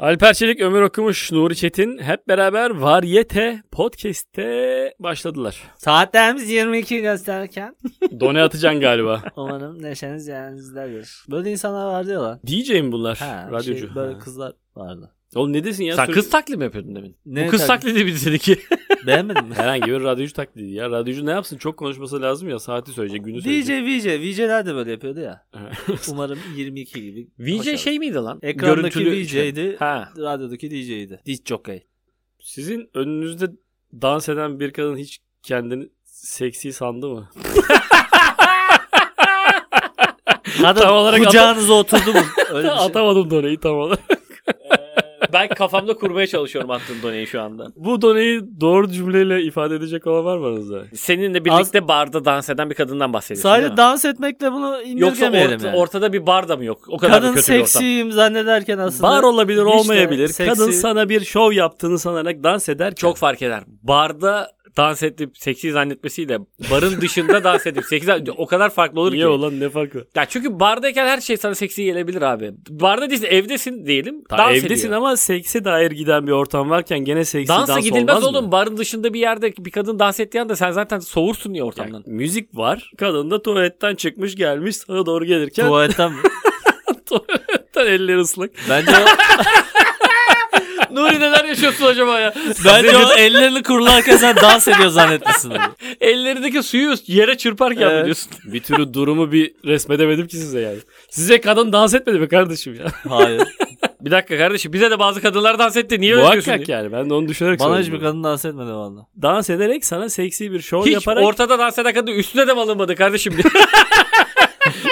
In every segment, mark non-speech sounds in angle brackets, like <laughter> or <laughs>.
Alper Çelik, Ömer Okumuş, Nuri Çetin hep beraber Varyete Podcast'te başladılar. Saatlerimiz 22 gösterirken Done atacaksın <laughs> galiba. umarım neşeniz yerinizdedir. Böyle insanlar vardı ya lan. DJ mi bunlar? Ha, Radyocu. Şey, böyle Ha. kızlar vardı. Oğlum ne desin ya? Sen Sür- kız taklidi mi yapıyordun demin? Ne Bu kız taklidi? taklidi bir <laughs> seninki. Beğenmedin <laughs> mi? Herhangi bir radyocu taklidi ya. Radyocu ne yapsın? Çok konuşması lazım ya. Saati söyleyecek, günü VJ, söyleyecek. VJ. VJ'ler de böyle yapıyordu ya. <laughs> Evet. Umarım 22 gibi. VJ başarılı. şey miydi lan? Ekrandaki Görüntülü şey. VJ'di. Ha. Radyodaki DJ'ydi. DJ <laughs> jockey. Sizin önünüzde dans eden bir kadın hiç kendini seksi sandı mı? Kadın Tam olarak kucağınıza oturdu <laughs> mu? Öyle bir şey. Atamadım doneyi tam olarak. Ee, ben kafamda kurmaya çalışıyorum attığın doneyi şu anda. Bu doneyi doğru cümleyle ifade edecek olan var mı aranızda? Seninle birlikte barda dans eden bir kadından bahsediyorsun değil Sadece mi? dans etmekle bunu Yoksa indirgemeyelim orta- yani. ortada bir bar da mı yok? O kadar mı Kadın kötü bir ortam. seksiyim zannederken aslında. Var olabilir işte olmayabilir. seksi- Kadın sana bir şov yaptığını sanarak dans eder. Çok fark eder. Barda dans edip seksi zannetmesiyle barın dışında dans edip seksi zann- o kadar farklı olur Niye ki. olan ne farkı? Ya çünkü bardayken her şey sana seksi gelebilir abi. Barda değilsin evdesin diyelim. Ta dans evdesin ediyor. ama sekse dair giden bir ortam varken gene seksi Dansa dans gidilmez olmaz mı? oğlum. Barın dışında bir yerde bir kadın dans ettiği anda sen zaten soğursun ya Yani ortamdan. müzik var. Kadın da tuvaletten çıkmış gelmiş sana doğru gelirken Tuvaletten mi? tuvaletten <laughs> elleri ıslak. Bence o, Nuri neler yaşıyorsun acaba ya? bence o ellerini kurularken sen dans ediyor zannetmişsin. Ellerindeki suyu yere çırparken Evet. mi diyorsun? bir türlü durumu bir resmedemedim ki size yani. Size kadın dans etmedi mi kardeşim ya? Hayır. Bir dakika kardeşim bize de bazı kadınlar dans etti. Niye öyle diyorsun? Muhakkak yani ben de onu düşünerek Bana söyledim hiçbir bunu. kadın dans etmedi valla. Dans ederek sana seksi bir şov Hiç yaparak ortada dans eden kadın üstüne de mi alınmadı kardeşim? <laughs> diye.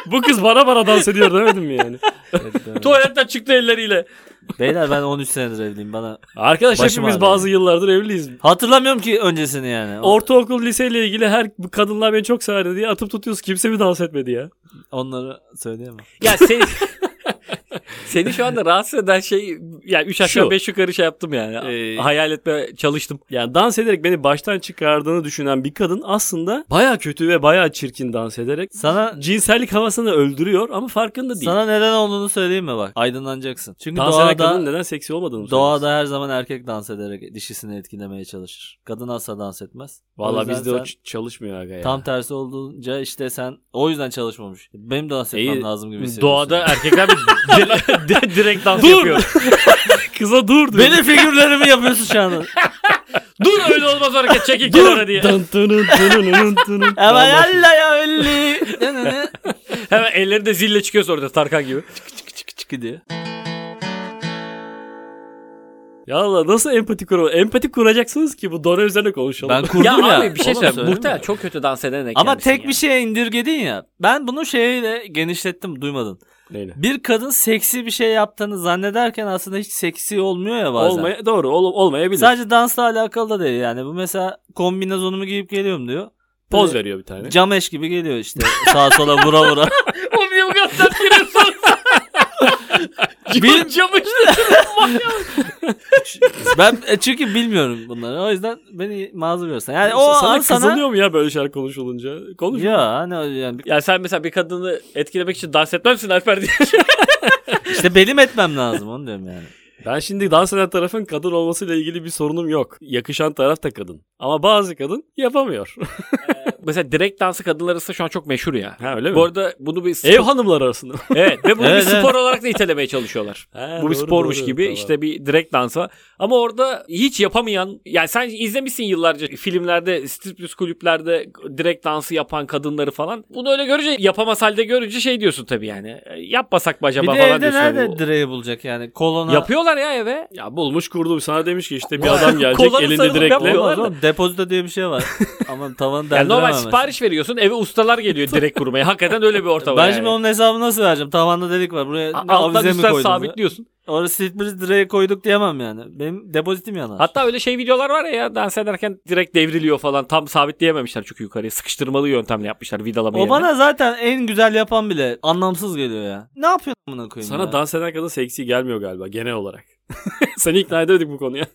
bu kız bana bana dans ediyor demedim mi <laughs> yani? Tuvaletten çıktı elleriyle. Beyler ben 13 senedir evliyim bana. Arkadaş Başım hepimiz ağrıyor. bazı yıllardır evliyiz. Hatırlamıyorum ki öncesini yani. O- Ortaokul liseyle ilgili her bu kadınlar beni çok severdi diye atıp tutuyoruz. Kimse mi dans etmedi ya? Onları söyleyemem. Ya seni... <laughs> Seni şu anda rahatsız eden şey yani 3 Şu. aşağı 5 yukarı şey yaptım yani. Ee, Hayal etme çalıştım. Yani dans ederek beni baştan çıkardığını düşünen bir kadın aslında baya kötü ve baya çirkin dans ederek Sana cinsellik havasını öldürüyor ama farkında değil. sana neden olduğunu söyleyeyim mi bak? Aydınlanacaksın. Çünkü dans eden kadının doğada neden seksi olmadığını mı söylüyorsun? doğada her zaman erkek dans ederek dişisini etkilemeye çalışır. Kadın asla dans etmez. O Valla yüzden bizde o sen- ç- çalışmıyor aga ya. Tam tersi olduğunca işte sen o yüzden çalışmamış. Benim dans etmem İyi, lazım gibi hissediyorsun. Doğada <laughs> <laughs> erkekler bir- dire- dire- direkt dans Dur! yapıyor. Kıza dur diyor. benim figürlerimi yapıyorsun şu anda. Dur öyle olmaz hareket çekil kenara dur. diye. Dın tının tının tının tının. <laughs> Ama Vallahi- yalla ya elli. Hemen elleri de zille çıkıyorsa orada Tarkan gibi. çık çık diyor. <laughs> Ya Allah nasıl empati kuralım? Empati kuracaksınız ki bu dona üzerine konuşalım. Ben kurdum ya. ya abi bir şey Oğlum söyleyeyim. söyleyeyim Muhtemelen mi? çok kötü dans eden erkek Ama misin tek ya? bir şeye indirgedin ya. Ben bunu şeyle genişlettim duymadın. Neyle? Bir kadın seksi bir şey yaptığını zannederken aslında hiç seksi olmuyor ya bazen. Olmaya, doğru ol, olmayabilir. Sadece dansla alakalı da değil yani. Bu mesela kombinasyonumu giyip geliyorum diyor. Poz Böyle veriyor bir tane. Cam eş gibi geliyor işte. Sağa sola vura vura. O bir bu kadar sert <laughs> giriyorsun. Bil- Camı işte. ben e, çünkü bilmiyorum bunları. O yüzden beni mazur görsen. Yani o sana an sana... kızılıyor mu ya böyle şeyler konuşulunca? Konuş. Ya hani o- yani Ya sen mesela bir kadını etkilemek için dans etmez misin Alper diye. işte benim etmem lazım onu diyorum yani. Ben şimdi dans eden tarafın kadın olmasıyla ilgili bir sorunum yok. Yakışan taraf da kadın. Ama bazı kadın yapamıyor. <laughs> <laughs> mesela direkt dansı kadınlar arasında şu an çok meşhur ya. ha öyle mi? Bu arada bunu bir spor, Ev hanımları arasında. evet ve bunu Evet, bir evet. spor olarak da itelemeye çalışıyorlar. <laughs> Bu bir spormuş gibi işte bir direkt dansa. Ama orada hiç yapamayan yani sen izlemişsin yıllarca filmlerde striptiz kulüplerde direkt dansı yapan kadınları falan. Bunu öyle görünce yapamaz halde görünce şey diyorsun tabii yani. E, Yapmasak mı acaba bir de falan evde diyorsun. nerede Bu- direği bulacak yani kolona. Yapıyorlar ya eve. Ya bulmuş kurdum sana demiş ki işte bir <laughs> adam gelecek Kolları elinde sarılıp direkle. yapıyor. Olmaz oğlum depozito diye bir şey <laughs> var. Ama tavanı Yani normal deldirememesi. sipariş veriyorsun eve ustalar geliyor <laughs> direkt kurmaya. Hakikaten öyle bir ortam var. Ben şimdi yani. onun hesabını nasıl vereceğim? Tavanda delik var. Buraya A- ne alttan avize mi üstten koydun? Sabit... sabitliyorsun. Orada sitbiriz direğe koyduk diyemem yani. Benim depozitim yanar. Hatta öyle şey videolar var ya, ya dans ederken direkt devriliyor falan. Tam sabitleyememişler çünkü yukarıya. Sıkıştırmalı yöntemle yapmışlar vidalama o yerine. bana zaten en güzel yapan bile anlamsız geliyor ya. Ne yapıyorsun amına koyayım Sana ya? dans eden kadın seksi gelmiyor galiba genel olarak. <laughs> Seni ikna edemedik bu <laughs> konuya.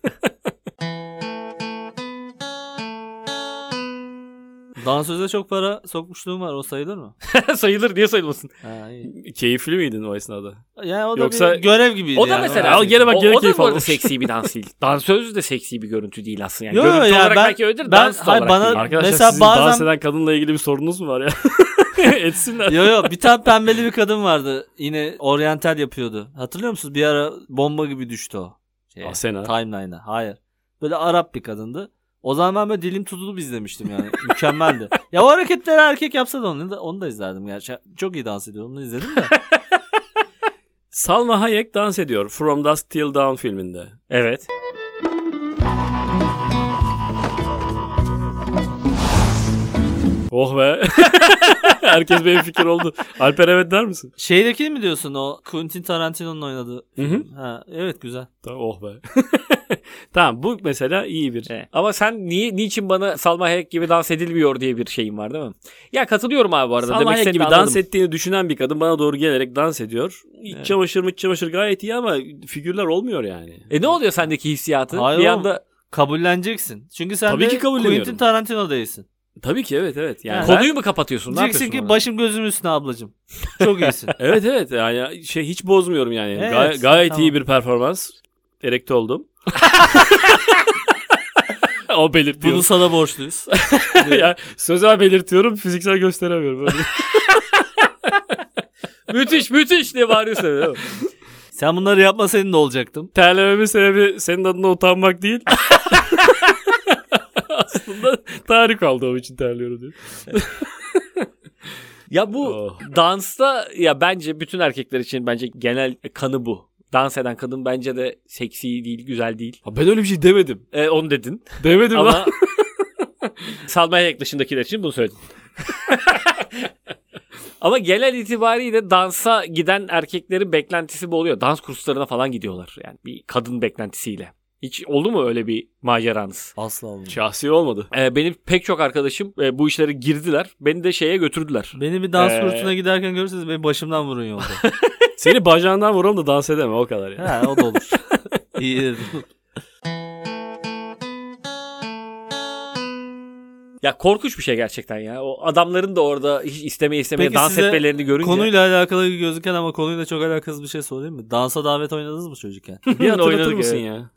Dansöze çok para sokmuşluğum var. O sayılır mı? Sayılır niye sayılmasın? Ha, iyi. Keyifli miydin o esnada? Yani o da Yoksa- bir görev gibiydi. O da yani. mesela. Al gene bak o, gene o da keyif bu arada almış. <laughs> seksi bir dans değil. Dansöz de seksi bir görüntü değil aslında. Yani Yo, yo, görüntü ya olarak ben- belki öyledir. ben- dans da hayır, olarak bana- değil. Arkadaşlar Mesela sizin bazen- dans eden kadınla ilgili bir sorunuz mu var ya? <laughs> <laughs> Etsinler. Yo yo bir tane pembeli bir kadın vardı. Yine oryantal yapıyordu. Hatırlıyor musunuz? Bir ara bomba gibi düştü o. Şeye, Asena. Timeline'a. Hayır. Böyle Arap bir kadındı. O zaman ben böyle dilim tutulup izlemiştim yani. Mükemmeldi. ya o hareketleri erkek yapsa da onu da, onu da izlerdim gerçi. Çok iyi dans ediyor. Onu da izledim de. Salma Hayek dans ediyor From Dusk Till Dawn filminde. Evet. Oh be. <laughs> Herkes benim fikir oldu. Alper evet der misin? Şeydeki mi diyorsun o Quentin Tarantino'nun oynadığı? Hı hı. Ha, evet güzel. Tamam, oh be. <laughs> tamam bu mesela iyi bir. Evet. Ama sen niye niçin bana Salma Hayek gibi dans edilmiyor diye bir şeyin var değil mi? Ya katılıyorum abi bu arada. Salma Demek Hayek istediğini gibi anladım. dans ettiğini düşünen bir kadın bana doğru gelerek dans ediyor. İç Evet. çamaşır mıç çamaşır gayet iyi ama figürler olmuyor yani. E ne oluyor sendeki hissiyatı? Hayır bir oğlum. anda Kabulleneceksin. Çünkü sen Tabii de ki kabulleniyorum. Quentin Tarantino değilsin. Tabii ki evet evet. Yani Yani ben- konuyu mu kapatıyorsun? Ne Diyeceksin yapıyorsun? ki orada? başım gözüm üstüne ablacığım. Çok iyisin. Evet evet yani şey hiç bozmuyorum yani. Evet, Gay- gayet tamam. iyi bir performans. Erekte oldum. <laughs> o belirtiyorum. Bunu sana borçluyuz. <laughs> <laughs> ya, sözel belirtiyorum fiziksel gösteremiyorum. Böyle. müthiş müthiş diye bağırıyorsun. öyle <laughs> değil mi? Sen bunları yapmasaydın da olacaktım. Terlememin sebebi senin adına utanmak değil. <laughs> Aslında tarih aldığım için terliyorum diyor. ya bu Oh. dansta ya bence bütün erkekler için bence genel kanı bu. Dans eden kadın bence de seksi değil, güzel değil. Ha, ben öyle bir şey demedim. E, onu dedin. Demedim lan. Ama Salma Hayek dışındakiler için bunu söyledim. <laughs> Ama genel itibariyle dansa giden erkeklerin beklentisi bu oluyor. Dans kurslarına falan gidiyorlar. Yani bir kadın beklentisiyle. Hiç oldu mu öyle bir maceranız? Asla olmadı. Şahsi olmadı. Ee, benim pek çok arkadaşım e, bu işlere girdiler. Beni de şeye götürdüler. Beni bir dans Ee, kursuna giderken görürseniz beni başımdan vurun yolda. <laughs> Seni bacağından vuram da dans edeme o kadar yani. He o da olur. <laughs> İyi dedim. Ya korkunç bir şey gerçekten ya. O adamların da orada hiç istemeye istemeye Peki dans size etmelerini görünce. Konuyla alakalı gözüken ama konuyla çok alakasız bir şey sorayım mı? Dansa davet oynadınız mı çocukken? Bir hatırlatır Oynadık, mısın evet. ya?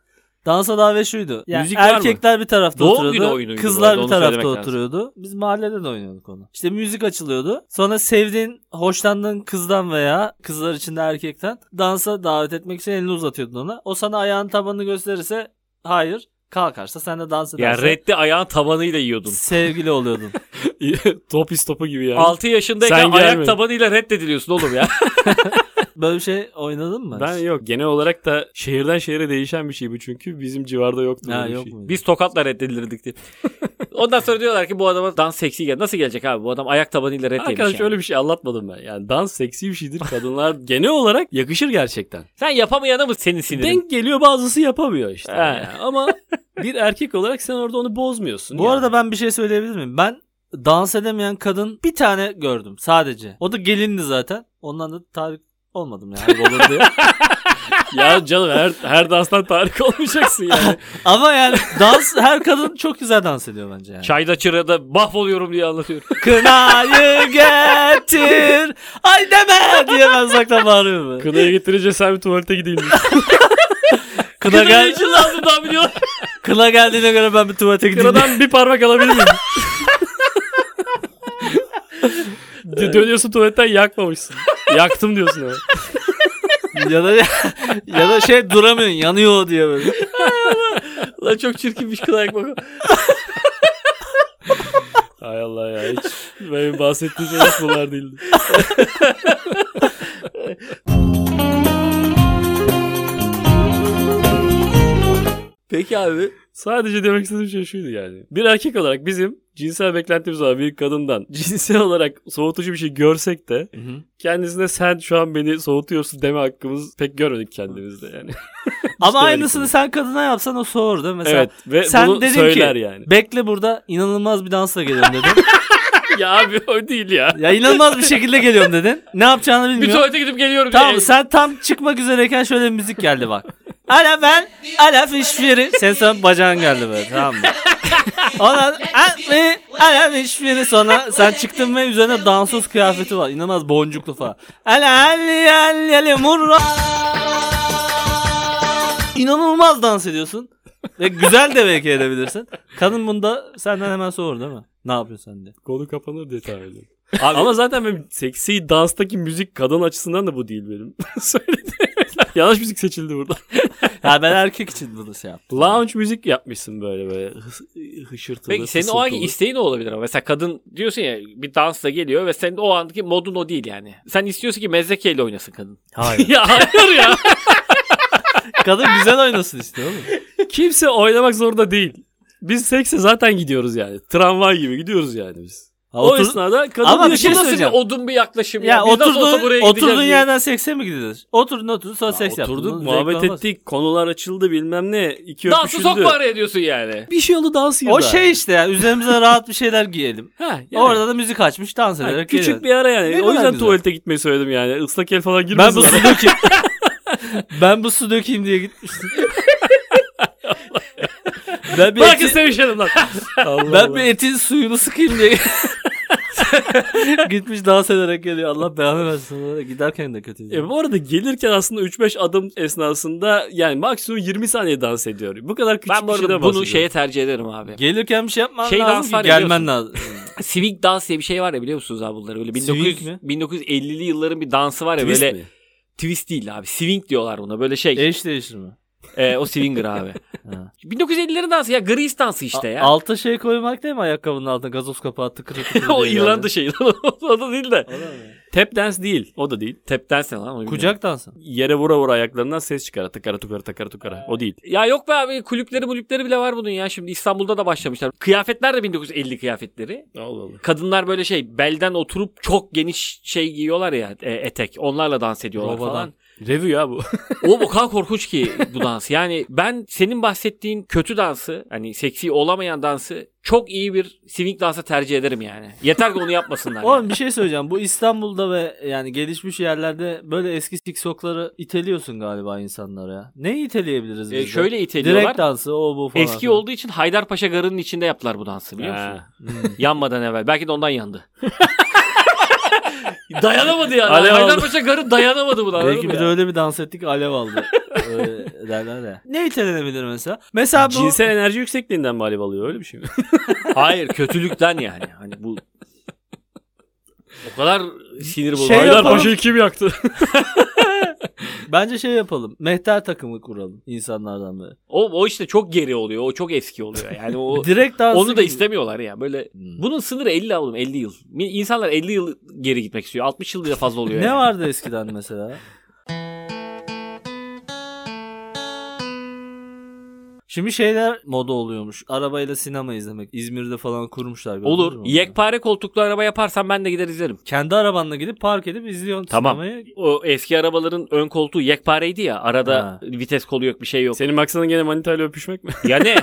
Dansa davet şuydu. Yani Müzik var mı? erkekler bir tarafta Doğum günü oturuyordu. oyunuydu bu Kızlar arada, bir onu tarafta söylemek lazım. oturuyordu. Biz mahallede de oynuyorduk onu. İşte müzik açılıyordu. Sonra sevdiğin, hoşlandığın kızdan veya kızlar içinde erkekten dansa davet etmek için elini uzatıyordun ona. O sana ayağın tabanını gösterirse hayır. Kalkarsa sen de dans Ya edersen reddi ayağın tabanıyla yiyordun. sevgili oluyordun. <laughs> <laughs> Top istopu gibi yani. 6 yaşındayken Sen gelmedin. ayak tabanıyla reddediliyorsun <laughs> oğlum ya. Böyle bir şey oynadın mı? Ben yok. Genel olarak da şehirden şehire değişen bir şey bu çünkü. Bizim civarda yoktu. Ha, böyle bir yok şey. mu? Biz tokatla <laughs> reddedilirdik diye. Ondan sonra diyorlar ki bu adama dans seksi gel. Nasıl gelecek abi? Bu adam ayak tabanıyla red yemiş. Arkadaş yani. öyle bir şey anlatmadım ben. Yani dans seksi bir şeydir. Kadınlar <laughs> genel olarak yakışır gerçekten. Sen yapamayana mı senin sinirin? Denk geliyor bazısı yapamıyor işte. He. Yani. Ama bir erkek olarak sen orada onu bozmuyorsun. Bu yani. arada ben bir şey söyleyebilir miyim? Ben dans edemeyen kadın bir tane gördüm sadece. O da gelindi zaten. Ondan da tarih olmadım yani. <laughs> olur diye. ya canım her, her danstan tarih olmayacaksın yani. Ama yani dans her kadın çok güzel dans ediyor bence yani. Çayda çırada mahvoluyorum diye anlatıyor. Kınayı getir. Ay deme diye ben uzaktan bağırıyorum. böyle. Kınaya getirince sen bir tuvalete gideyim. Kına, gel, için lazım daha biliyor. kına geldiğine göre ben bir tuvalete gideyim. Kınadan bir parmak alabilir miyim? Dö- Dönüyorsun tuvaletten yakmamışsın. Yaktım diyorsun ama. <laughs> ya da ya da şey duramıyorsun yanıyor diye böyle. Lan çok çirkinmiş kına yakmak. <laughs> Hay Allah ya hiç benim bahsettiğim şeyler bunlar değildi. Peki abi. Sadece demek istediğim şey şuydu yani. Bir erkek olarak bizim cinsel beklentimiz var bir kadından. <laughs> Cinsel olarak soğutucu bir şey görsek de kendisine sen şu an beni soğutuyorsun deme hakkımız pek görmedik kendimizde yani. Ama öyle aynısını kılıyor. sen kadına yapsan o soğur değil mi? Mesela evet <laughs> ve sen bunu dedin söyler ki yani. bekle burada inanılmaz bir dansla geliyorum dedin. ya abi o değil ya. ya inanılmaz bir şekilde geliyorum dedin. Ne yapacağını Bir bilmiyor. tuvalete gidip geliyorum. Tamam diye. sen tam çıkmak üzereyken şöyle bir müzik geldi bak. <laughs> Ala ben ala fişfiri. Sen sonra bacağın geldi böyle tamam <laughs> mı? Ondan ala- ala fişfiri sonra sen çıktın ve üzerine dansöz kıyafeti var. İnanılmaz boncuklu falan. Ala ali ali ali murra. İnanılmaz dans ediyorsun. Ve güzel de belki edebilirsin. Kadın bunda senden hemen sorur değil mi? Ne yapıyorsun sen diye. Konu kapanır diye tahmin ediyorum. Ama zaten benim seksi danstaki müzik kadın açısından da bu değil benim. <laughs> Söyledi. Yanlış müzik seçildi burada. Ya ben erkek için bunu şey yaptım. Lounge müzik yapmışsın böyle böyle hıs- hışırtılı. Peki senin o anki fısıltılı. isteği ne olabilir ama? Mesela kadın diyorsun ya bir dansla geliyor ve senin o andaki modun o değil yani. Sen istiyorsun ki mezrekeyle <laughs> oynasın kadın. Hayır. ya hayır ya. Kadın güzel oynasın istiyor oğlum. <laughs> Kimse oynamak zorunda değil. Biz sekse zaten gidiyoruz yani. Tramvay gibi gidiyoruz yani biz. Ha, o otur- esnada kadın Ama diyor bir ki, şey Bu nasıl söyleyeceğim. bir odun bir yaklaşım ya? Ya Biz nasıl olsa buraya oturduğun, gideceğiz oturduğun diye. yerden sekse mi gidilir? Oturdun oturdun sonra seks yaptın. oturduk Bunun muhabbet zevkli olmaz. ettik konular açıldı bilmem ne. iki Dansı öpüşüldü. sokma araya diyorsun yani. Bir şey oldu dans yıldı. O şey işte ya üzerimize rahat bir şeyler <laughs> giyelim. Ha, yani. Orada da müzik açmış dans Ha, ederek küçük geliyor. bir ara yani. Ne o kadar yüzden güzel. tuvalete gitmeyi söyledim yani. Islak el falan Ben girmesin. bu su dökeyim. ben bu su dökeyim diye <laughs> gitmiştim. ben bir Bırakın etin- sevişelim lan. ben bir etin suyunu sıkayım diye <laughs> gitmiş dans ederek geliyor. Allah belanı versin. Oraya Giderken de kötü. <laughs> E bu arada gelirken aslında 3-5 adım esnasında yani maksimum 20 saniye dans ediyor. Bu kadar küçük ben bu bir şeyden arada bunu bahsediyorum. şeye tercih ederim abi. Gelirken bir şey yapman Şey lazım dans ki var ya gelmen lazım. Swing dans diye bir şey var ya biliyor musunuz abi bunları? Böyle Swing 1900, mi? 1950'li yılların bir dansı var ya Twist böyle mi? twist değil abi. Swing diyorlar buna. Böyle şey. Eş değiştirme. e, o swinger abi. <laughs> Ha. 1950'lerin dansı ya. Grease dansı işte ya. A- Alta şey koymak değil mi ayakkabının altına gazoz kapağı tıkır tıkır. <laughs> o diye İrlanda geldi. şeyi lan. o da değil de. Tap dance değil. O da değil. Tap dance ne lan? Onu bilmiyorum. Kucak dansı. Yere vura vura ayaklarından ses çıkar. Tıkara tukara takara tukara. O değil. Ya yok be abi kulüpleri mulüpleri bile var bunun ya. Şimdi İstanbul'da da başlamışlar. Kıyafetler de 1950 kıyafetleri. Allah Allah. Kadınlar böyle şey belden oturup çok geniş şey giyiyorlar ya e, etek. Onlarla dans ediyorlar Robadan. falan. Review ya bu. O bu kadar korkunç ki bu dans. Yani ben senin bahsettiğin kötü dansı hani seksi olamayan dansı çok iyi bir swing dansa tercih ederim yani. Yeter ki onu yapmasınlar. yani. Oğlum bir şey söyleyeceğim. Bu İstanbul'da ve yani gelişmiş yerlerde böyle eski TikTok'ları iteliyorsun galiba insanlara ya. Neyi iteleyebiliriz biz? E, de? şöyle Direkt iteliyorlar. dansı o bu falan. Eski filan. Hmm. olduğu için Haydarpaşa Garı'nın içinde yaptılar bu dansı biliyor musun? Ha. Yanmadan evvel. Belki de ondan yandı. <laughs> dayanamadı yani. Alev aldı. Haydarpaşa Garı dayanamadı buna. anladın Belki mı bir ya? öyle bir dans ettik alev aldı. Öyle derler ya. Ne itelenebilir mesela? Mesela bu Cinsel enerji yüksekliğinden mi alev alıyor öyle bir <laughs> şey mi? Hayır kötülükten yani. Hani <laughs> bu o kadar sinir bozucu. Şey Haydar- yapalım. Haydarpaşa'yı kim yaktı? bence şey yapalım. Mehter takımı kuralım insanlardan böyle. O, o işte çok geri oluyor. O çok eski oluyor. <laughs> Yani o Direkt dansı onu da gibi. istemiyorlar ya. Böyle Hmm. bunun sınırı 50 oğlum 50 yıl. Mi- İnsanlar 50 yıl geri gitmek istiyor. 60 yıl bile fazla oluyor. Ne yani. vardı eskiden mesela? Şimdi şeyler moda oluyormuş. Arabayla sinema izlemek. İzmir'de falan kurmuşlar. gördünüz mü Olur. onu? Yekpare koltuklu araba yaparsan ben de gider izlerim. Kendi arabanla gidip park edip izliyorsun Tamam. sinemayı. O eski arabaların ön koltuğu yekpareydi ya. Arada Ha. vites kolu yok bir şey <laughs> yok. Senin maksadın gene manitayla öpüşmek mi? Ya ne?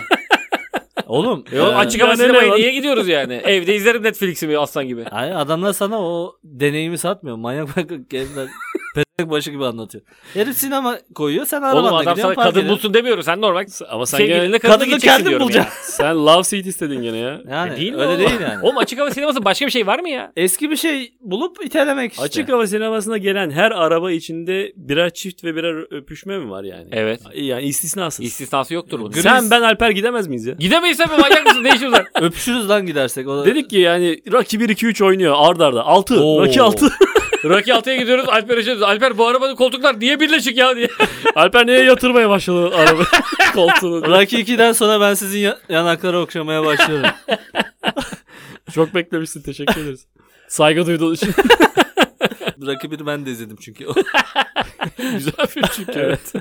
Oğlum. <laughs> Yo, e, açık hava yani ne sinemaya var? niye gidiyoruz yani? Evde izlerim Netflix'imi aslan gibi. ay, adamlar sana o deneyimi satmıyor. Manyak manyak herifler <laughs> petek başı gibi anlatıyor. Herif sinema koyuyor sen arabanla Oğlum adam sana gidiyorsun park kadın ediyorsun. bulsun demiyoruz. Sen normal Ama sen gene, sevgilinle kadını Kadını gideceksin kendin diyorum bulacaksın. sen love seat istedin gene ya. Yani ya. Değil mi öyle oğlum? değil yani. Oğlum açık hava sineması başka bir şey var mı ya? Eski bir şey bulup itelemek işte. Açık hava sinemasına gelen her araba içinde birer çift ve birer öpüşme mi var yani? Evet. Yani istisnasız. İstisnası yoktur bunun. Sen ben Alper gidemez miyiz ya? Gidemeyiz tabii manyak mısın? Ne işimiz var? Öpüşürüz lan gidersek. O da- Dedik ki yani Rocky 1 2 3 oynuyor ardarda arda. 6. Oo. Rocky 6. Rocky 6'ya gidiyoruz. Alper diyoruz. Alper bu arabanın koltuklar niye birleşik ya diye. <laughs> <laughs> Alper neye yatırmaya başladı araba koltuğunu? Rocky 2'den sonra ben sizin ya- yanakları okşamaya başlıyorum. Çok beklemişsin teşekkür ederiz. Saygı duyduğun için Rocky 1'i ben de izledim çünkü. <laughs> güzel film çünkü. evet.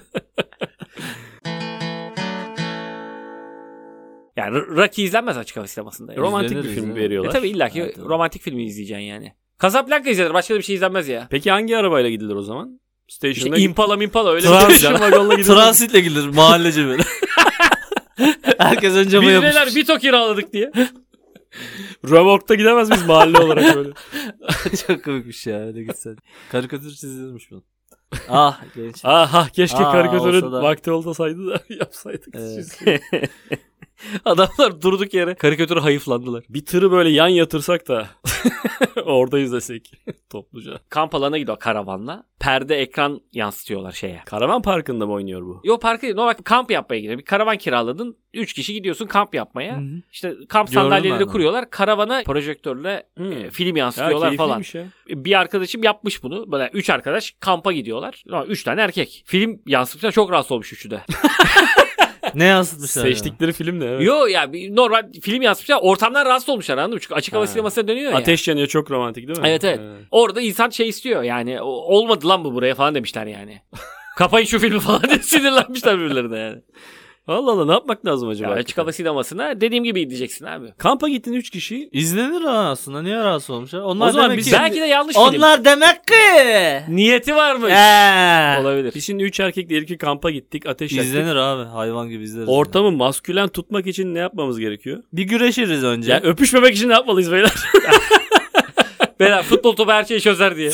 Yani R- Rocky izlenmez açık hava sinemasında. Yani. Romantik bir İzlenir, film izlenir. E veriyorlar. tabii illa ki Evet, evet. romantik filmi izleyeceksin yani. Casablanca izlenir. Başka da bir şey izlenmez ya. Peki hangi arabayla gidilir o zaman? İşte Station'da impala mimpala öyle Trans- bir şey. Station wagonla gidilir. Transitle gidilir mahalleci böyle. <laughs> Herkes önce Biz cama yapış. <laughs> neler Vito kiraladık diye. Römork'ta gidemez biz mahalle olarak böyle. Çok komikmiş ya öyle gitsen. Karikatür çizilmiş bu. ah genç. Aha keşke Aa, karikatürün olsa da. vakti olsaydı da <laughs> yapsaydık. Evet. Adamlar durduk yere karikatüre hayıflandılar. Bir tırı böyle yan yatırsak da <laughs> orada izlesek topluca. <laughs> Kamp alanına gidiyor karavanla. Perde ekran yansıtıyorlar şeye. Karavan Parkı'nda mı oynuyor bu? Yo parkı değil. normal kamp yapmaya gidiyor. Bir karavan kiraladın. 3 kişi gidiyorsun kamp yapmaya. İşte kamp Gördüm sandalyeleri ben de. kuruyorlar. Karavana projektörle e, film yansıtıyorlar falan. keyifliymiş ya. Bir arkadaşım yapmış bunu. Böyle üç arkadaş kampa gidiyorlar. Ama üç tane erkek. Film yansıtmışlar. Çok rahatsız olmuş üçü de. Ne yansıtmışlar? ya? Seçtikleri film ne? Evet. Yo ya bir normal film yansıtmışlar. Ortamdan rahatsız olmuşlar anladın mı? Çünkü açık hava Ha. sinemasına dönüyor ya. Ateş yanıyor çok romantik değil mi? Evet, evet. He. Orada insan şey istiyor yani. O- Olmadı lan bu buraya falan demişler <laughs> yani. Kapayın şu filmi falan diye sinirlenmişler birbirlerine <laughs> yani. Allah Allah ne yapmak lazım Ya acaba? açık hava sinemasına dediğim gibi gideceksin abi. Kampa gittin 3 kişi. İzlenir ha aslında. Niye rahatsız olmuşlar? Onlar o zaman demek biz ki... belki de yanlış film. Onlar demek ki... Niyeti <laughs> varmış. Ee, Olabilir. Biz şimdi 3 erkek diyelim ki kampa gittik ateş yaktık. İzlenir abi. Hayvan gibi izleriz. ya. Ortamı maskülen tutmak için ne yapmamız gerekiyor? Bir güreşiriz önce. Ya öpüşmemek için ne yapmalıyız beyler? Beyler futbol topu her şeyi çözer diye.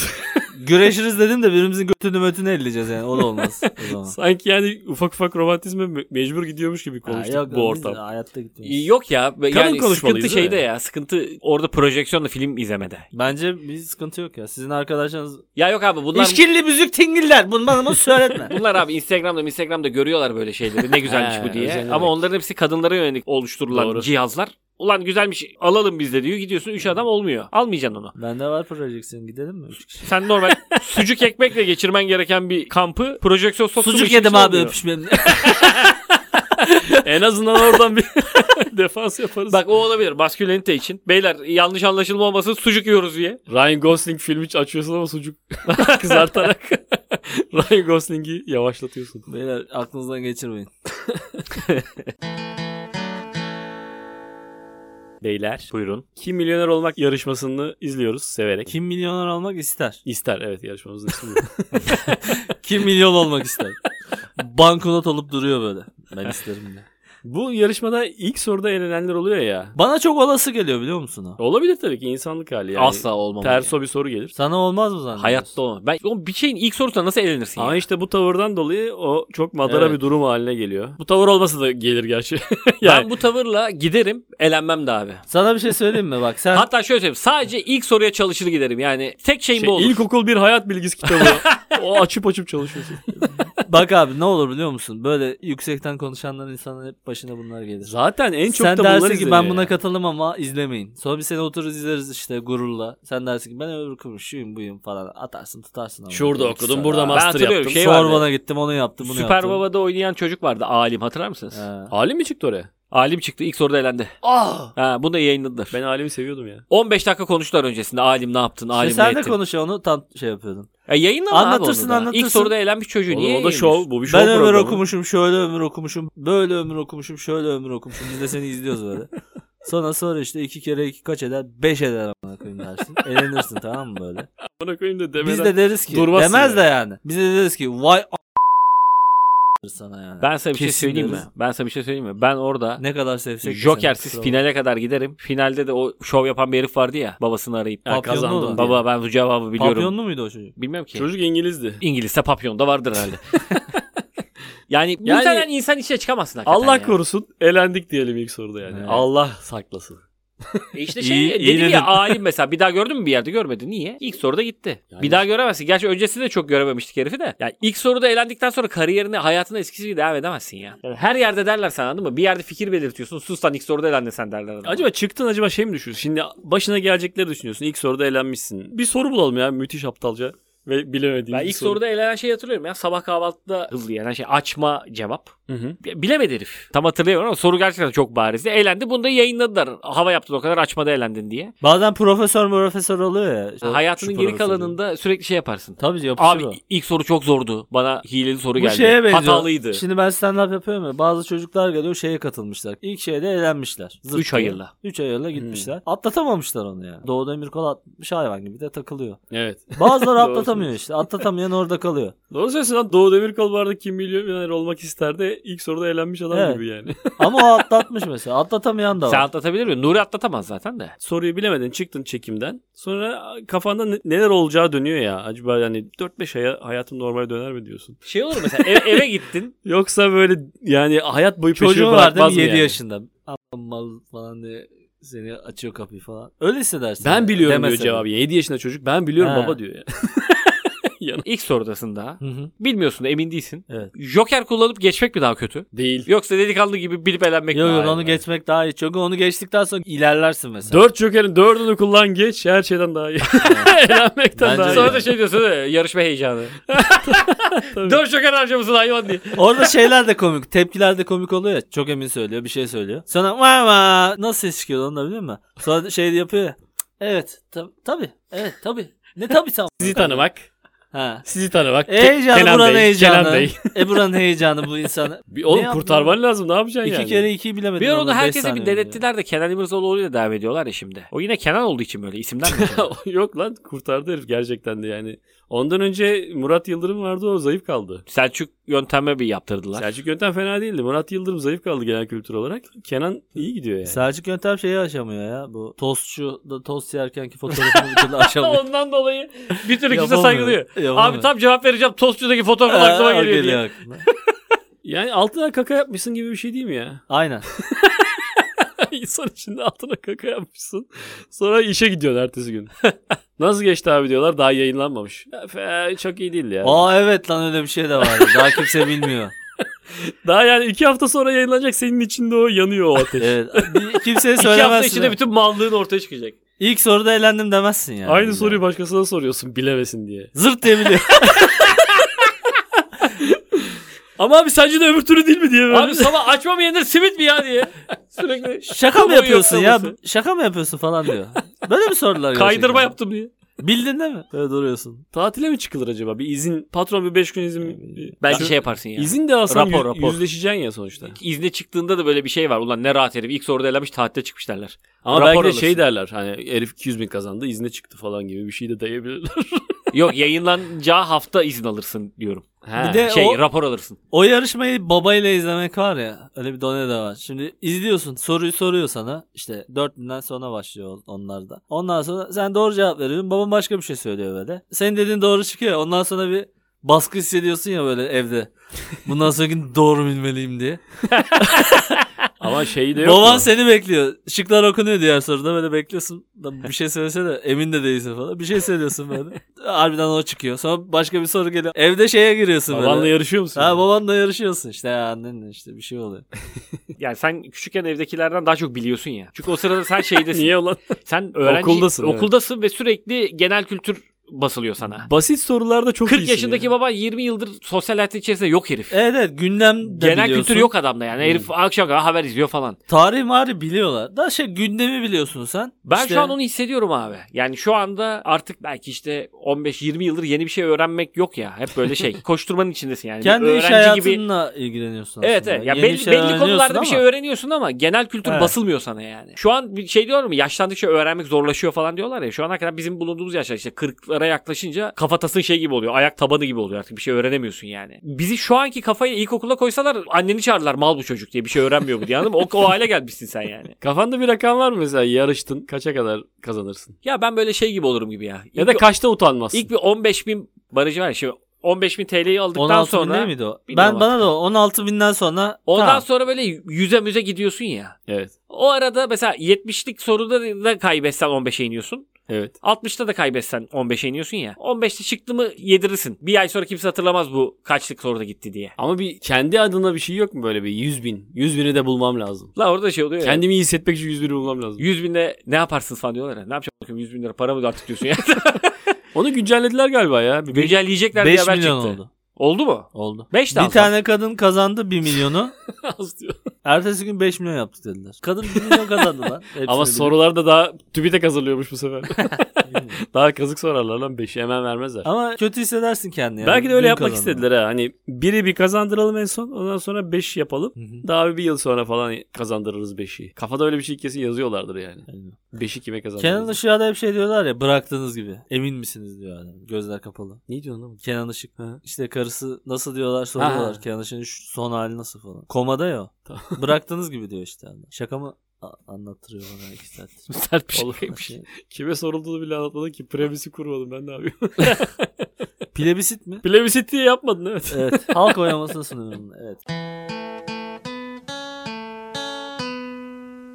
güreşiriz dedim de birimizin götünü mötünü elleyeceğiz yani. O da olmaz. O zaman. Sanki yani ufak ufak romantizme me- mecbur gidiyormuş gibi konuştuk <laughs> Ha, yok, bu biz de ortam. Hayatta gitmeyiz. <laughs> Yok ya. be- Kadın Yani konuşmalıyız, sıkıntı değil şeyde mi? ya. Sıkıntı orada projeksiyonla film izlemede. Bence bir sıkıntı yok ya. Sizin arkadaşlarınız... Ya yok abi bunlar İşkilli müzik tingiller. Bunu bana bunu söyletme. bunlar abi Instagram'da Instagram'da görüyorlar böyle şeyleri. Ne güzelmiş He, bu diye. özenerek. Ama onların hepsi kadınlara yönelik oluşturulan Doğru. cihazlar. Ulan güzelmiş alalım biz de diyor. Gidiyorsun 3 adam olmuyor. Almayacaksın onu. <laughs> Bende var projeksiyon. Gidelim mi? Üç kişi. <laughs> Sen normal sucuk ekmekle geçirmen gereken bir kampı projeksiyon sosu Sucuk yedim abi öpüşmemle. en azından oradan bir <laughs> defans yaparız. Bak o olabilir maskülenite için. Beyler yanlış anlaşılma olmasın sucuk yiyoruz diye. Ryan Gosling filmi hiç açıyorsun ama sucuk <laughs> kızartarak Ryan Gosling'i yavaşlatıyorsun. <laughs> Beyler aklınızdan geçirmeyin. Beyler. Buyurun. Kim milyoner olmak yarışmasını izliyoruz severek. Kim milyoner olmak ister? İster evet yarışmamızın ismi. bu. Kim milyon olmak ister? <laughs> Banknot olup duruyor böyle. Ben isterim diye. <laughs> Bu yarışmada ilk soruda elenenler oluyor ya. Bana çok olası geliyor biliyor musun o? Olabilir tabii ki insanlık hali yani. Asla olmamalı. Terso bir soru gelir. Sana olmaz mı zannediyorsun? Hayatta olmaz. Ben oğlum bir şeyin ilk sorusuna nasıl elenirsin? Ama ya? işte bu tavırdan dolayı o çok madara Evet. bir durum haline geliyor. Bu tavır olmasa da gelir gerçi. <laughs> Ben yani bu tavırla giderim elenmem de abi. Sana bir şey söyleyeyim mi? Bak sen Hatta şöyle söyleyeyim. Sadece ilk soruya çalışır giderim. Yani tek şeyim bu şey, olur. ilkokul bir hayat bilgisi kitabı. <laughs> o açıp açıp çalışıyorsun. bak abi ne olur biliyor musun? Böyle yüksekten konuşanların insanların hep başına bunlar gelir. Zaten en çok Sen da bunlar dersin ki izleniyor ben buna ya. katılamam ama izlemeyin. Sonra bir sene otururuz izleriz işte gururla. Sen dersin ki ben öbür kurmuş şuyum buyum falan. Atarsın tutarsın. ama. Şurada Sonra- okudum, burada master hatırlıyorum, yaptım. şey vardı. Sorbona gittim onu yaptım bunu Süper yaptım. Baba'da oynayan çocuk vardı. Alim hatırlar mısınız? He. Alim mi çıktı oraya? Alim çıktı. ilk soruda elendi. Ha, bunu da yayınladılar. şey, Ben Alim'i seviyordum ya. 15 dakika konuştular öncesinde. Alim ne yaptın? İşte Alim ne sen de ettin? konuş ya, onu tam şey yapıyordun. Ya yayınlama abi Anlatırsın, onu da. anlatırsın. İlk soruda eğlenmiş çocuğu Oğlum, niye o da şov. Bu bir şov Ben ömür programı. okumuşum, şöyle ömür okumuşum, böyle ömür okumuşum, şöyle ömür okumuşum. Biz de seni <laughs> izliyoruz böyle. Sonra sonra işte iki kere iki kaç eder? Beş eder amına koyayım dersin. Eğlenirsin tamam mı böyle? Bana koyayım da Biz demeden. de deriz ki durmazsın demez yani. de yani. Biz de deriz ki vay a- sana yani. Ben sana bir şey Kesin söyleyeyim mi? deriz. Ben sana bir şey söyleyeyim mi? Ben orada ne kadar sevsek de seni, Joker'siz kusura finale kadar giderim. Finalde de o şov yapan bir herif vardı ya. Babasını arayıp. Ha, Papyonlu olan. kazandım. Baba. Baba ben bu cevabı bakma. biliyorum. Papyonlu muydu o çocuk? Bilmem ki. Çocuk İngilizdi. İngilizce papyon da <laughs> vardır herhalde. yani, Yani- muhtemelen insan içine çıkamazsın hakikaten. Allah yani. korusun elendik diyelim ilk soruda yani. Evet. Allah saklasın. E işte İyi- şey iyi dedim dedin. ya alim mesela bir daha gördün mü bir yerde görmedi. Niye? İlk soruda gitti. Yani- Bir daha göremezsin. Gerçi öncesinde de çok görememiştik herifi de. Yani ilk soruda elendikten sonra kariyerine hayatına eskisi gibi devam edemezsin ya. Yani her yerde derler sana anladın mı? Bir yerde fikir belirtiyorsun. Sus lan ilk soruda elendin sen derler. adama. Acaba çıktın acaba şey mi düşünüyorsun? Şimdi başına gelecekleri düşünüyorsun. İlk soruda elenmişsin. Bir soru bulalım ya müthiş aptalca ve bilemediğimiz ben bir ilk soru. soruda elenen şeyi hatırlıyorum ya. Sabah kahvaltıda hızlı yenen şey açma cevap. Hı hı. Bilemedi herif. Tam hatırlayamıyorum ama soru gerçekten çok barizdi. Eğlendi. Bunu da yayınladılar. Hava yaptın o kadar açmada eğlendin diye. Bazen profesör profesör oluyor ya. İşte Hayatının şu geri profesör. kalanında sürekli şey yaparsın. Tabii yapışır Abi o. ilk soru çok zordu. Bana hileli soru Bu geldi. şeye benziyor. Hatalıydı. Şimdi ben stand-up yapıyorum ya. Bazı çocuklar geliyor şeye katılmışlar. İlk şeyde eğlenmişler. Zırt Üç Hmm. diye. hayırla. Üç hayırla gitmişler. Atlatamamışlar onu yani. Doğu Demirkol atmış hayvan gibi de takılıyor. Evet. <laughs> Bazıları Doğru atlatamıyor işte. Atlatamayan orada kalıyor. Doğru söylüyorsun lan Doğu Demirkol bu arada kim milyon milyoner olmak ister de ilk soruda eğlenmiş adam Evet. gibi yani. Ama o atlatmış mesela. Atlatamayan da Sen var. atlatabilir misin? Nuri atlatamaz zaten de. Soruyu bilemedin çıktın çekimden. Sonra kafanda ne- neler olacağı dönüyor ya. Acaba yani 4-5 aya hayatım normale döner mi diyorsun? Şey olur mesela ev- eve <laughs> gittin. Yoksa böyle yani hayat boyu peşini Çocuğu var değil bırakmaz mi? mı 7 yani? yaşında. Aman mal falan diye seni açıyor kapıyı falan. Öyle hissedersin. Ben yani. biliyorum Demese de. diyor cevabı. 7 yaşında çocuk ben biliyorum Ha. baba diyor ya. İlk sorudasın daha. Hı hı. Bilmiyorsun da emin değilsin. Evet. Joker kullanıp geçmek mi daha kötü? <laughs> Değil. Yoksa delikanlı gibi bilip eğlenmek Yok mi? yok Hayır, onu hayır. geçmek daha iyi. Çünkü onu geçtikten sonra ilerlersin mesela. 4 jokerin 4'ünü kullan geç her şeyden daha iyi. <laughs> Eğlenmekten Bence daha iyi. Sonra da şey diyorsun değil mi? yarışma heyecanı. Dört Joker harcamışsın hayvan diye. Orada şeyler de komik. Tepkiler de komik oluyor ya. Çok emin söylüyor. Bir şey söylüyor. Sonra mama nasıl ses çıkıyor onu da biliyor musun? Sonra şey de yapıyor ya. Evet. Tab tabii. Evet tabii. Ne tabii tam. Sizi tanımak. Ha. Sizi tanımak. Ke- Heyecanı Kenan buranın Bey, heyecanı. Kenan Bey. E buranın heyecanı bu insanı. <laughs> Bir, Ne oğlum yaptın kurtarman lazım ne yapacaksın İki yani? kere ikiyi bilemedim. Bir ara ama onu beş herkese bir saniye denettiler de Kenan İmirzalıoğlu ile devam ediyorlar ya şimdi. O yine Kenan olduğu için böyle isimden mi? <laughs> Kenan? <laughs> Yok lan kurtardı herif gerçekten de yani. Ondan önce Murat Yıldırım vardı o zayıf kaldı. Selçuk yönteme bir yaptırdılar. Selçuk Yöntem fena değildi. Murat Yıldırım zayıf kaldı genel kültür olarak. Kenan iyi gidiyor yani. Selçuk Yöntem şeyi aşamıyor ya. Bu tostçu da tost yerkenki fotoğrafını bir türlü aşamıyor. Ondan dolayı <laughs> bir türlü kimse Yapamıyor. saygılıyor. Abi Yapamıyor. tam cevap vereceğim. Tostçudaki fotoğrafın Ha, aklıma geliyor diye. <laughs> aklına. Yani altına kaka yapmışsın gibi bir şey değil mi ya? Aynen. <laughs> İnsan içinde altına kaka yapmışsın. Sonra işe gidiyorsun ertesi gün. <laughs> Nasıl geçti abi diyorlar daha yayınlanmamış. Ya, fe- çok iyi değil yani. Aa evet lan öyle bir şey de var. Daha kimse <laughs> bilmiyor. Daha yani iki hafta sonra yayınlanacak senin içinde o yanıyor <laughs> o ateş. Evet. Bir- Kimseye İki hafta söylemezsin. içinde bütün mallığın ortaya çıkacak. İlk soruda eğlendim demezsin yani. Aynı soruyu başkasına soruyorsun bilemesin diye. Zırt diye <laughs> biliyor. Ama abi sence de öbür türlü değil mi diye böyle. Abi sabah açma mı yenir simit mi ya diye. Sürekli Şaka mı yapıyorsun ya? Yoksa- Şaka mı yapıyorsun falan diyor. Böyle mi sordular şey gerçekten? kaydırma yaptım diye. Bildin değil mi? Böyle duruyorsun. Tatile mi çıkılır acaba? Bir izin. Patron bir 5 gün izin. Belki Ya- şey yaparsın ya. İzin de alsan Rapor, yü- rapor. yüzleşeceksin ya sonuçta. İzne çıktığında da böyle bir şey var. Ulan ne rahat herif. İlk soruda elenmiş tatilde çıkmış derler. Ama Rapor belki de alırsın. şey derler hani herif 200 bin kazandı izne çıktı falan gibi bir şey de dayayabilirler. Yok yayınlanacağı hafta izin alırsın diyorum. Bir de şey o- rapor alırsın. O yarışmayı babayla izlemek var ya. Öyle bir done de var. Şimdi izliyorsun. Soruyu soruyor sana. İşte 4000'den sonra başlıyor onlar da. Ondan sonra sen doğru cevap veriyorsun. Baban başka bir şey söylüyor böyle. Senin dediğin doğru çıkıyor. Ondan sonra bir baskı hissediyorsun ya böyle <laughs> evde. Bundan sonraki doğru bilmeliyim diye. <laughs> Ama şey de yok. Baban mu? seni bekliyor. Şıklar okunuyor diğer soruda böyle bekliyorsun. Lan bir şey söylese de emin de değilsin falan. Bir şey <laughs> söylüyorsun böyle. Harbiden o çıkıyor. Sonra başka bir soru geliyor. Evde şeye giriyorsun Babanla böyle. yarışıyor musun? Ha babanla yarışıyorsun işte ya annenle işte bir şey oluyor. Yani sen küçükken evdekilerden daha çok biliyorsun ya. Çünkü o sırada sen <laughs> şeydesin. Niye ulan? Sen öğrenci Okuldasın, evet. okuldasın ve sürekli genel kültür basılıyor sana. Basit sorularda çok 40 iyisin yaşındaki ya. E, baban 20 yıldır sosyal hayatın içerisinde yok herif. Evet evet gündem de Genel biliyorsun. kültür yok adamda yani. Herif Hmm. akşam kadar haber izliyor falan. Tarih mari biliyorlar. Daha şey gündemi biliyorsun sen. Ben İşte şu an onu hissediyorum abi. Yani şu anda artık belki işte 15-20 yıldır yeni bir şey öğrenmek yok ya. Hep <laughs> böyle şey. koşturmanın içindesin yani. Bir kendi iş öğrenci gibi hayatınla ilgileniyorsun Evet aslında. evet. Ya Yeni belli, şeyler belli öğreniyorsun konularda ama bir şey öğreniyorsun ama genel kültür Evet. basılmıyor sana yani. Şu an bir şey diyorum mu? Yaşlandıkça öğrenmek zorlaşıyor falan diyorlar ya. Şu ana kadar bizim bulunduğumuz yaşlar işte 40'lara yaklaşınca kafatasın şey gibi oluyor. Ayak tabanı gibi oluyor artık. Bir şey öğrenemiyorsun yani. Bizi şu anki kafayı ilkokula koysalar anneni çağırırlar mal bu çocuk diye bir şey öğrenmiyor bu diye. Anladın mı? O, o hale gelmişsin sen yani. Kafanda bir rakam var mı mesela yarıştın kaça kadar kazanırsın? Ya ben böyle şey gibi olurum gibi ya. Ya da İlk- kaçta utanmazsın? İlk bir 15 bin barajı var. ya. Şimdi 15 bin TL'yi aldıktan 16 bin değil sonra miydi o? Bilmiyorum Ben bana da o 16 binden sonra ondan tamam. sonra böyle yüze müze gidiyorsun ya. Evet. O arada mesela 70'lik soruda da kaybetsen 15'e iniyorsun. Evet. 60'ta da kaybetsen 15'e iniyorsun ya. 15'te çıktı mı yedirirsin. Bir ay sonra kimse hatırlamaz bu kaçlık soruda gitti diye. Ama bir kendi adına bir şey yok mu böyle bir 100 bin? 100 bini de bulmam lazım. La orada şey oluyor ya. Kendimi iyi hissetmek için 100 bini bulmam lazım. 100 binde ne yaparsınız falan diyorlar ya. Ne yapacağım bakayım 100 bin lira para mı artık <laughs> diyorsun ya. Onu güncellediler galiba ya. Bir Güncelleyecekler diye 5 haber milyon çıktı. oldu. Oldu mu? <laughs> Oldu. 5 Bir tane kadın kazandı 1 milyonu. az diyor. Ertesi gün 5 milyon yaptık dediler. Kadın 1 milyon kazandı lan. Hepsini Ama bilip. sorular da daha TÜBİTAK hazırlıyormuş bu sefer. <laughs> daha kazık sorarlar lan 5'i hemen vermezler. Ama kötü hissedersin kendini. yani. Belki de öyle Dün yapmak kazandı. istediler ha. Hani biri bir kazandıralım en son ondan sonra 5 yapalım. Hı hı. Daha bir yıl sonra falan kazandırırız 5'i. Kafada öyle bir şey kesin yazıyorlardır yani. 5'i kime Kenan kazandırırız? Işık'a da hep şey diyorlar ya bıraktığınız gibi. Emin misiniz diyor adam. Gözler kapalı. Ne diyorsun oğlum? Kenan Işık. Ha. İşte karısı nasıl diyorlar soruyorlar. Ha. Kenan Işık'ın şu son hali nasıl falan. Komada ya. o. Tamam. <laughs> Bıraktığınız gibi diyor işte. adam. Şaka mı? A- anlattırıyor bana iki saattir. şey. Sert <laughs> şey. bir Olur. şakaymış. Kime sorulduğunu bile anlatmadın ki. Premisi kurmadım ben ne yapayım? <laughs> Plebisit mi? Plebisit diye yapmadın evet. Evet. <laughs> Halk oylamasına sunuyorum. Evet.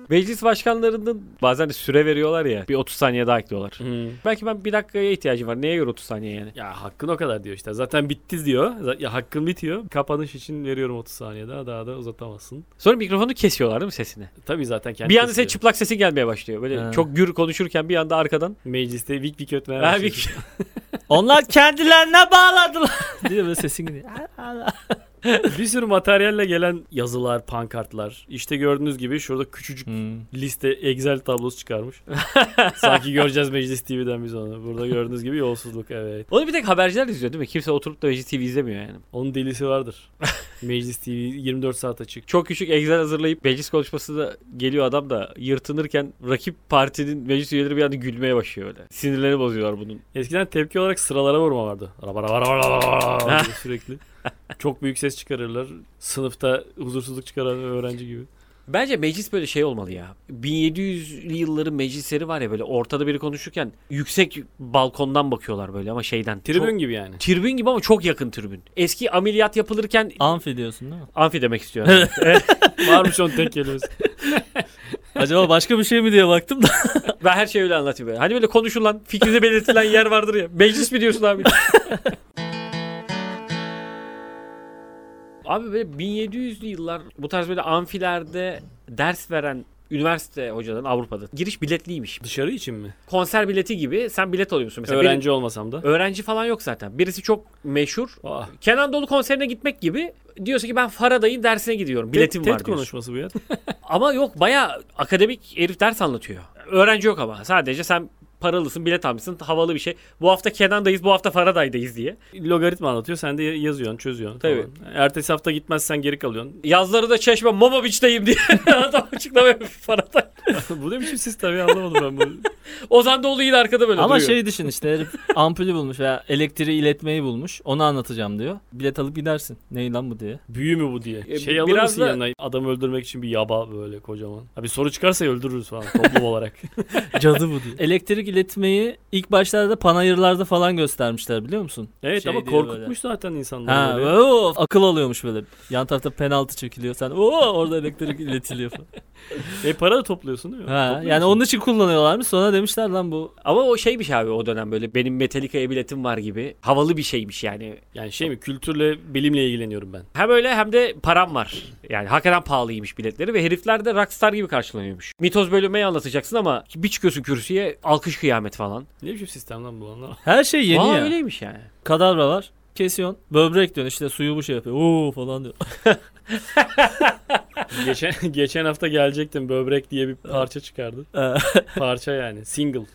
Meclis başkanlarının bazen de süre veriyorlar ya. Bir 30 saniye daha ekliyorlar. Belki ben bir dakikaya ihtiyacım var. Neye göre 30 saniye yani? Ya hakkın o kadar diyor işte. Zaten bitti diyor. Z- Ya hakkın bitiyor. Kapanış için veriyorum 30 saniye daha. Daha da uzatamazsın. Sonra mikrofonu kesiyorlar değil mi sesini? Tabii zaten kendi bir anda senin kesiyor. çıplak sesin gelmeye başlıyor. Böyle He. çok gür konuşurken bir anda arkadan. Mecliste vik vik ötmeye Ha, başlıyor. bir- <laughs> Onlar kendilerine bağladılar. diyor böyle sesin gidiyor. <laughs> bir sürü materyalle gelen yazılar, pankartlar. İşte gördüğünüz gibi şurada küçücük Hmm. liste Excel tablosu <laughs> çıkarmış. Sanki göreceğiz Meclis TV'den biz onu. Burada gördüğünüz gibi yolsuzluk evet. Onu bir tek haberciler izliyor değil mi? Kimse oturup da Meclis TV izlemiyor yani. Onun delisi <laughs> vardır. Meclis TV 24 saat açık. Çok küçük Excel hazırlayıp meclis konuşması da geliyor adam da yırtınırken rakip partinin meclis üyeleri bir anda gülmeye başlıyor öyle. Sinirlerini bozuyorlar bunun. Eskiden tepki olarak sıralara vurma vardı. Araba araba araba araba diye sürekli. Çok büyük ses çıkarırlar. Sınıfta huzursuzluk çıkaran öğrenci gibi. Bence meclis böyle şey olmalı ya. 1700'lü yılların meclisleri var ya böyle ortada biri konuşurken yüksek balkondan bakıyorlar böyle ama şeyden. Tribün Çok- gibi <laughs> yani. tribün gibi ama çok yakın tribün. Eski <laughs> ameliyat yapılırken <laughs> Amfi diyorsun değil mi? amfi demek istiyorum. Varmış onun tek kelimesi. Acaba başka bir şey mi diye baktım da. ben her şeyi öyle anlatayım. böyle. Hani böyle konuşulan, fikrini belirtilen yer vardır ya. Meclis mi <laughs> diyorsun abi? Abi böyle 1700'lü yıllar bu tarz böyle amfilerde ders veren üniversite hocaların Avrupa'da giriş biletliymiş. Dışarı için mi? Konser bileti gibi sen bilet alıyorsun mesela. Öğrenci olmasam da. Benim- öğrenci falan yok zaten. Birisi çok meşhur. Aa, Ah. Kenan Doğulu konserine gitmek gibi diyorsun ki ben Faraday'ın dersine gidiyorum. Biletim TED var diyorsun. konuşması bu ya. Ama yok baya akademik herif ders anlatıyor. Öğrenci yok ama sadece sen paralısın bilet almışsın havalı bir şey. Bu hafta Kenan'dayız bu hafta Faraday'dayız diye. Logaritma anlatıyor. Sen de yazıyorsun, çözüyorsun. Tabii. Tabii. Ertesi hafta gitmezsen geri kalıyorsun. <laughs> Yazları da Çeşme Mama Beach'teyim diye <laughs> adam açıklama yapıyor Faraday. bu ne biçim sistem ya anlamadım ben bunu. Ozan Doğulu yine arkada <laughs> böyle Ama duruyor. şey düşün işte herif ampulü bulmuş veya elektriği iletmeyi bulmuş. Onu anlatacağım diyor. Bilet alıp gidersin. Ney lan bu diye. Büyü mü bu diye. E, şey alır biraz mısın da- yanına? Adam öldürmek için bir yaba böyle kocaman. Ha, bir soru çıkarsa öldürürüz falan toplum <laughs> olarak. Cadı bu diye. Elektrik iletmeyi ilk başlarda panayırlarda falan göstermişler biliyor musun? Evet Şey ama diye korkutmuş zaten insanları. Ha, böyle. oo, akıl alıyormuş böyle. Yan tarafta penaltı çekiliyor. Sen oo, orada elektrik <laughs> iletiliyor falan. E para da topluyorsun değil mi? Ha, yani onun için kullanıyorlarmış. Sonra demişler lan bu Ama o şey bir şey abi o dönem böyle benim Metallica'ya biletim var gibi. Havalı bir şeymiş yani. Yani şey mi kültürle bilimle ilgileniyorum ben. Hem öyle hem de param var. Yani hakikaten pahalıymış biletleri ve herifler de rockstar gibi karşılanıyormuş. Mitoz bölünmeyi anlatacaksın ama bir çıkıyorsun kürsüye alkış kıyamet falan. Ne biçim sistem lan bu lan? her şey yeni Aa ya. öyleymiş yani. Kadavra var. Kesiyorsun. Böbrek diyorsun işte suyu bu şey yapıyor. Oo falan diyor. <laughs> geçen, geçen hafta gelecektim böbrek diye bir parça çıkardı. Parça yani single.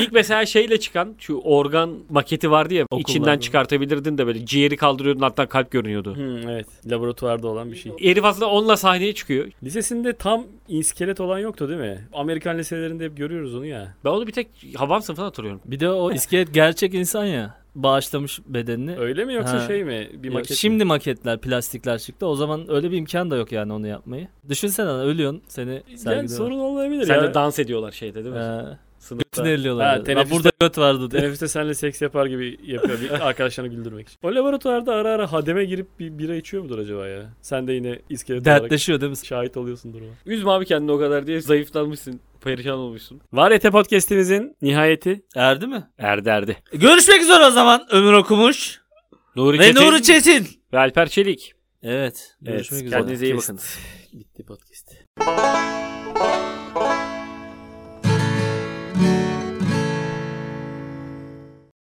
İlk mesela şeyle çıkan şu organ maketi vardı ya Okullarda. içinden çıkartabilirdin de böyle ciğeri kaldırıyordun hatta kalp görünüyordu. Hmm, evet laboratuvarda olan bir şey. Herif aslında onunla sahneye çıkıyor. Lisesinde tam iskelet olan yoktu değil mi? Amerikan liselerinde hep görüyoruz onu ya. Ben onu bir tek havam sınıfından hatırlıyorum. bir de o iskelet gerçek insan ya. Bağışlamış bedenini. Öyle mi yoksa Ha. şey mi? Bir Ya maket mi? Şimdi maketler, plastikler çıktı. O zaman öyle bir imkan da yok yani onu yapmayı. Düşünsene lan, ölüyorsun seni yani sergiliyorlar. sorun olabilir Sen ya. de dans ediyorlar şeyde değil mi? Ee, Sınıfta. bütün elliyorlar. Ha, böyle. Lan teneffüste- <laughs> burada göt vardı diye. Teneffüste senle seks yapar gibi yapıyor bir arkadaşlarını güldürmek için. O laboratuvarda ara ara hademe girip bir bira içiyor mudur acaba ya? Sen de yine iskelet olarak Dertleşiyor değil mi? şahit oluyorsundur ona. Üzme abi kendini o kadar diye zayıflanmışsın. Perişan olmuşsun. Var Ete Podcast'imizin nihayeti. Erdi mi? Erdi erdi. Görüşmek üzere o zaman Ömür Okumuş Nuri ve Çetin Nuri Çetin. ve Alper Çelik. Evet. Evet, Görüşmek üzere. Kendinize iyi bakın. Bitti podcast.